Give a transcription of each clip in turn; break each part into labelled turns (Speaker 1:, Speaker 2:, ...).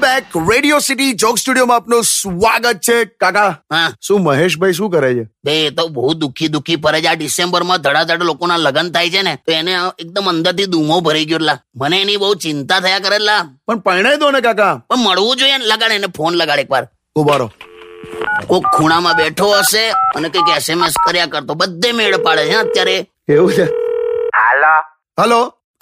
Speaker 1: Back Radio City joke સ્ટુડિયોમાં આપનું સ્વાગત છે કાકા
Speaker 2: હા
Speaker 1: શું મહેશભાઈ શું કરે છે
Speaker 2: બે એ તો બહુ દુઃખી દુઃખી પર જ આ ડિસેમ્બરમાં ધડાધડ લોકોના લગ્ન થાય છે ને તો એને આ એકદમ અંદરથી ધૂમો ભરાઈ ગયો એટલા મને એની બહુ ચિંતા થયા કરે એટલા
Speaker 1: પણ પરણાઈ દો ને કાકા
Speaker 2: પણ મળવું જોઈએ ને લગાડ એને ફોન લગાડ એકવાર
Speaker 1: ઉભારો
Speaker 2: કોક ખૂણામાં બેઠો હશે અને કઈક એસએમએસ કર્યા કરતો બધે મેળ પાડે છે હા અત્યારે
Speaker 1: એવું છે
Speaker 3: હાલો
Speaker 1: હલો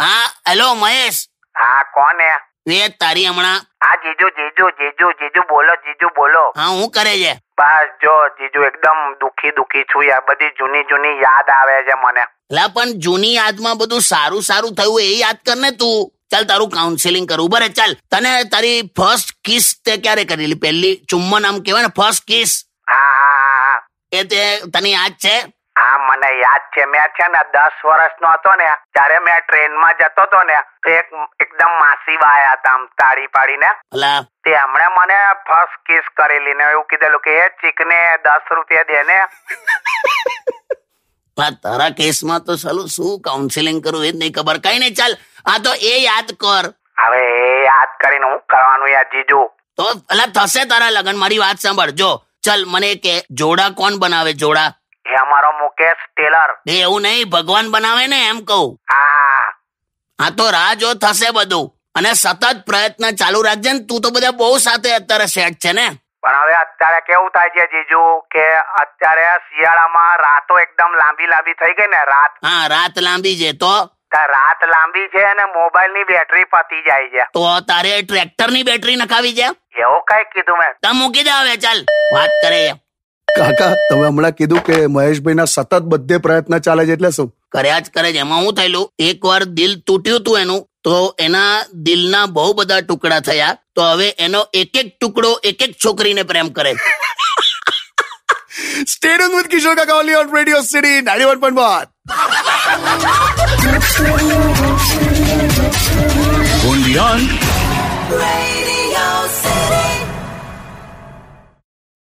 Speaker 2: હા હેલો મહેશ
Speaker 3: હા કોણ હે
Speaker 2: એ તારી હમણાં
Speaker 3: હા જીજુ જીજુ જીજુ જીજુ બોલો જીજુ બોલો
Speaker 2: હા હું કરે છે
Speaker 3: બસ જો જીજુ એકદમ દુખી દુખી છું યાર બધી જૂની જૂની યાદ આવે છે મને
Speaker 2: લા પણ જૂની યાદમાં બધું સારું સારું થયું એ યાદ કર ને તું ચાલ તારું કાઉન્સેલિંગ કરું બરે ચાલ તને તારી ફર્સ્ટ કિસ તે ક્યારે કરેલી પહેલી ચુમ્મન આમ કહેવાય ને ફર્સ્ટ કિસ
Speaker 3: હા હા હા, હા
Speaker 2: એ તે તને યાદ છે
Speaker 3: હા મને યાદ છે મેં છે ને દસ વર્ષનો હતો ને ત્યારે મેં ટ્રેનમાં જતો હતો ને તો એક એકદમ માસી બા આયા હતા આમ તાળી પાડીને
Speaker 2: અલા
Speaker 3: તે હમણાં મને ફર્સ્ટ કિસ કરેલી ને એવું કીધેલું કે એ ચીકને દસ રૂપિયા દે ને
Speaker 2: આ તારા કેસમાં તો સાલું શું કાઉન્સેલિંગ કરું એ જ નહીં ખબર કઈ નહીં ચાલ આ તો એ યાદ કર
Speaker 3: હવે એ યાદ કરીને હું કરવાનું યાર જીજુ
Speaker 2: તો અલા થશે તારા લગન મારી વાત સાંભળ જો ચાલ મને એ કે જોડા કોણ બનાવે જોડા
Speaker 3: એ અમારો મુકેશ ટેલર
Speaker 2: બે એવું નહીં ભગવાન બનાવે ને એમ કહું
Speaker 3: હા
Speaker 2: આ તો રાહ જો થશે બધું અને સતત પ્રયત્ન ચાલુ રાખજે ને તું તો બધા બહુ સાથે અત્યારે સેટ છે ને
Speaker 3: પણ હવે અત્યારે કેવું થાય છે જીજુ કે અત્યારે શિયાળામાં રાતો એકદમ લાંબી લાંબી થઈ ગઈ ને રાત
Speaker 2: હા રાત લાંબી છે તો
Speaker 3: તો રાત લાંબી છે અને મોબાઈલ ની બેટરી પતી જાય છે
Speaker 2: તો તારે ટ્રેક્ટર ની બેટરી નખાવી છે
Speaker 3: એવું કઈ કીધું મેં
Speaker 2: તો મૂકી દે હવે ચાલ વાત કરે એ.
Speaker 1: કાકા તમે હમણાં કીધું કે મહેશભાઈના સતત બધે પ્રયત્ન ચાલે છે એટલે શું
Speaker 2: કર્યા જ કરે છે એમાં શું થયેલું એક વાર દિલ તૂટ્યું હતું એનું તો એના દિલના બહુ બધા ટુકડા થયા તો હવે એનો એક એક ટુકડો એક એક છોકરીને પ્રેમ કરે
Speaker 1: સ્ટેડિયમ વિથ કિશોર કાકા on Radio City ninety one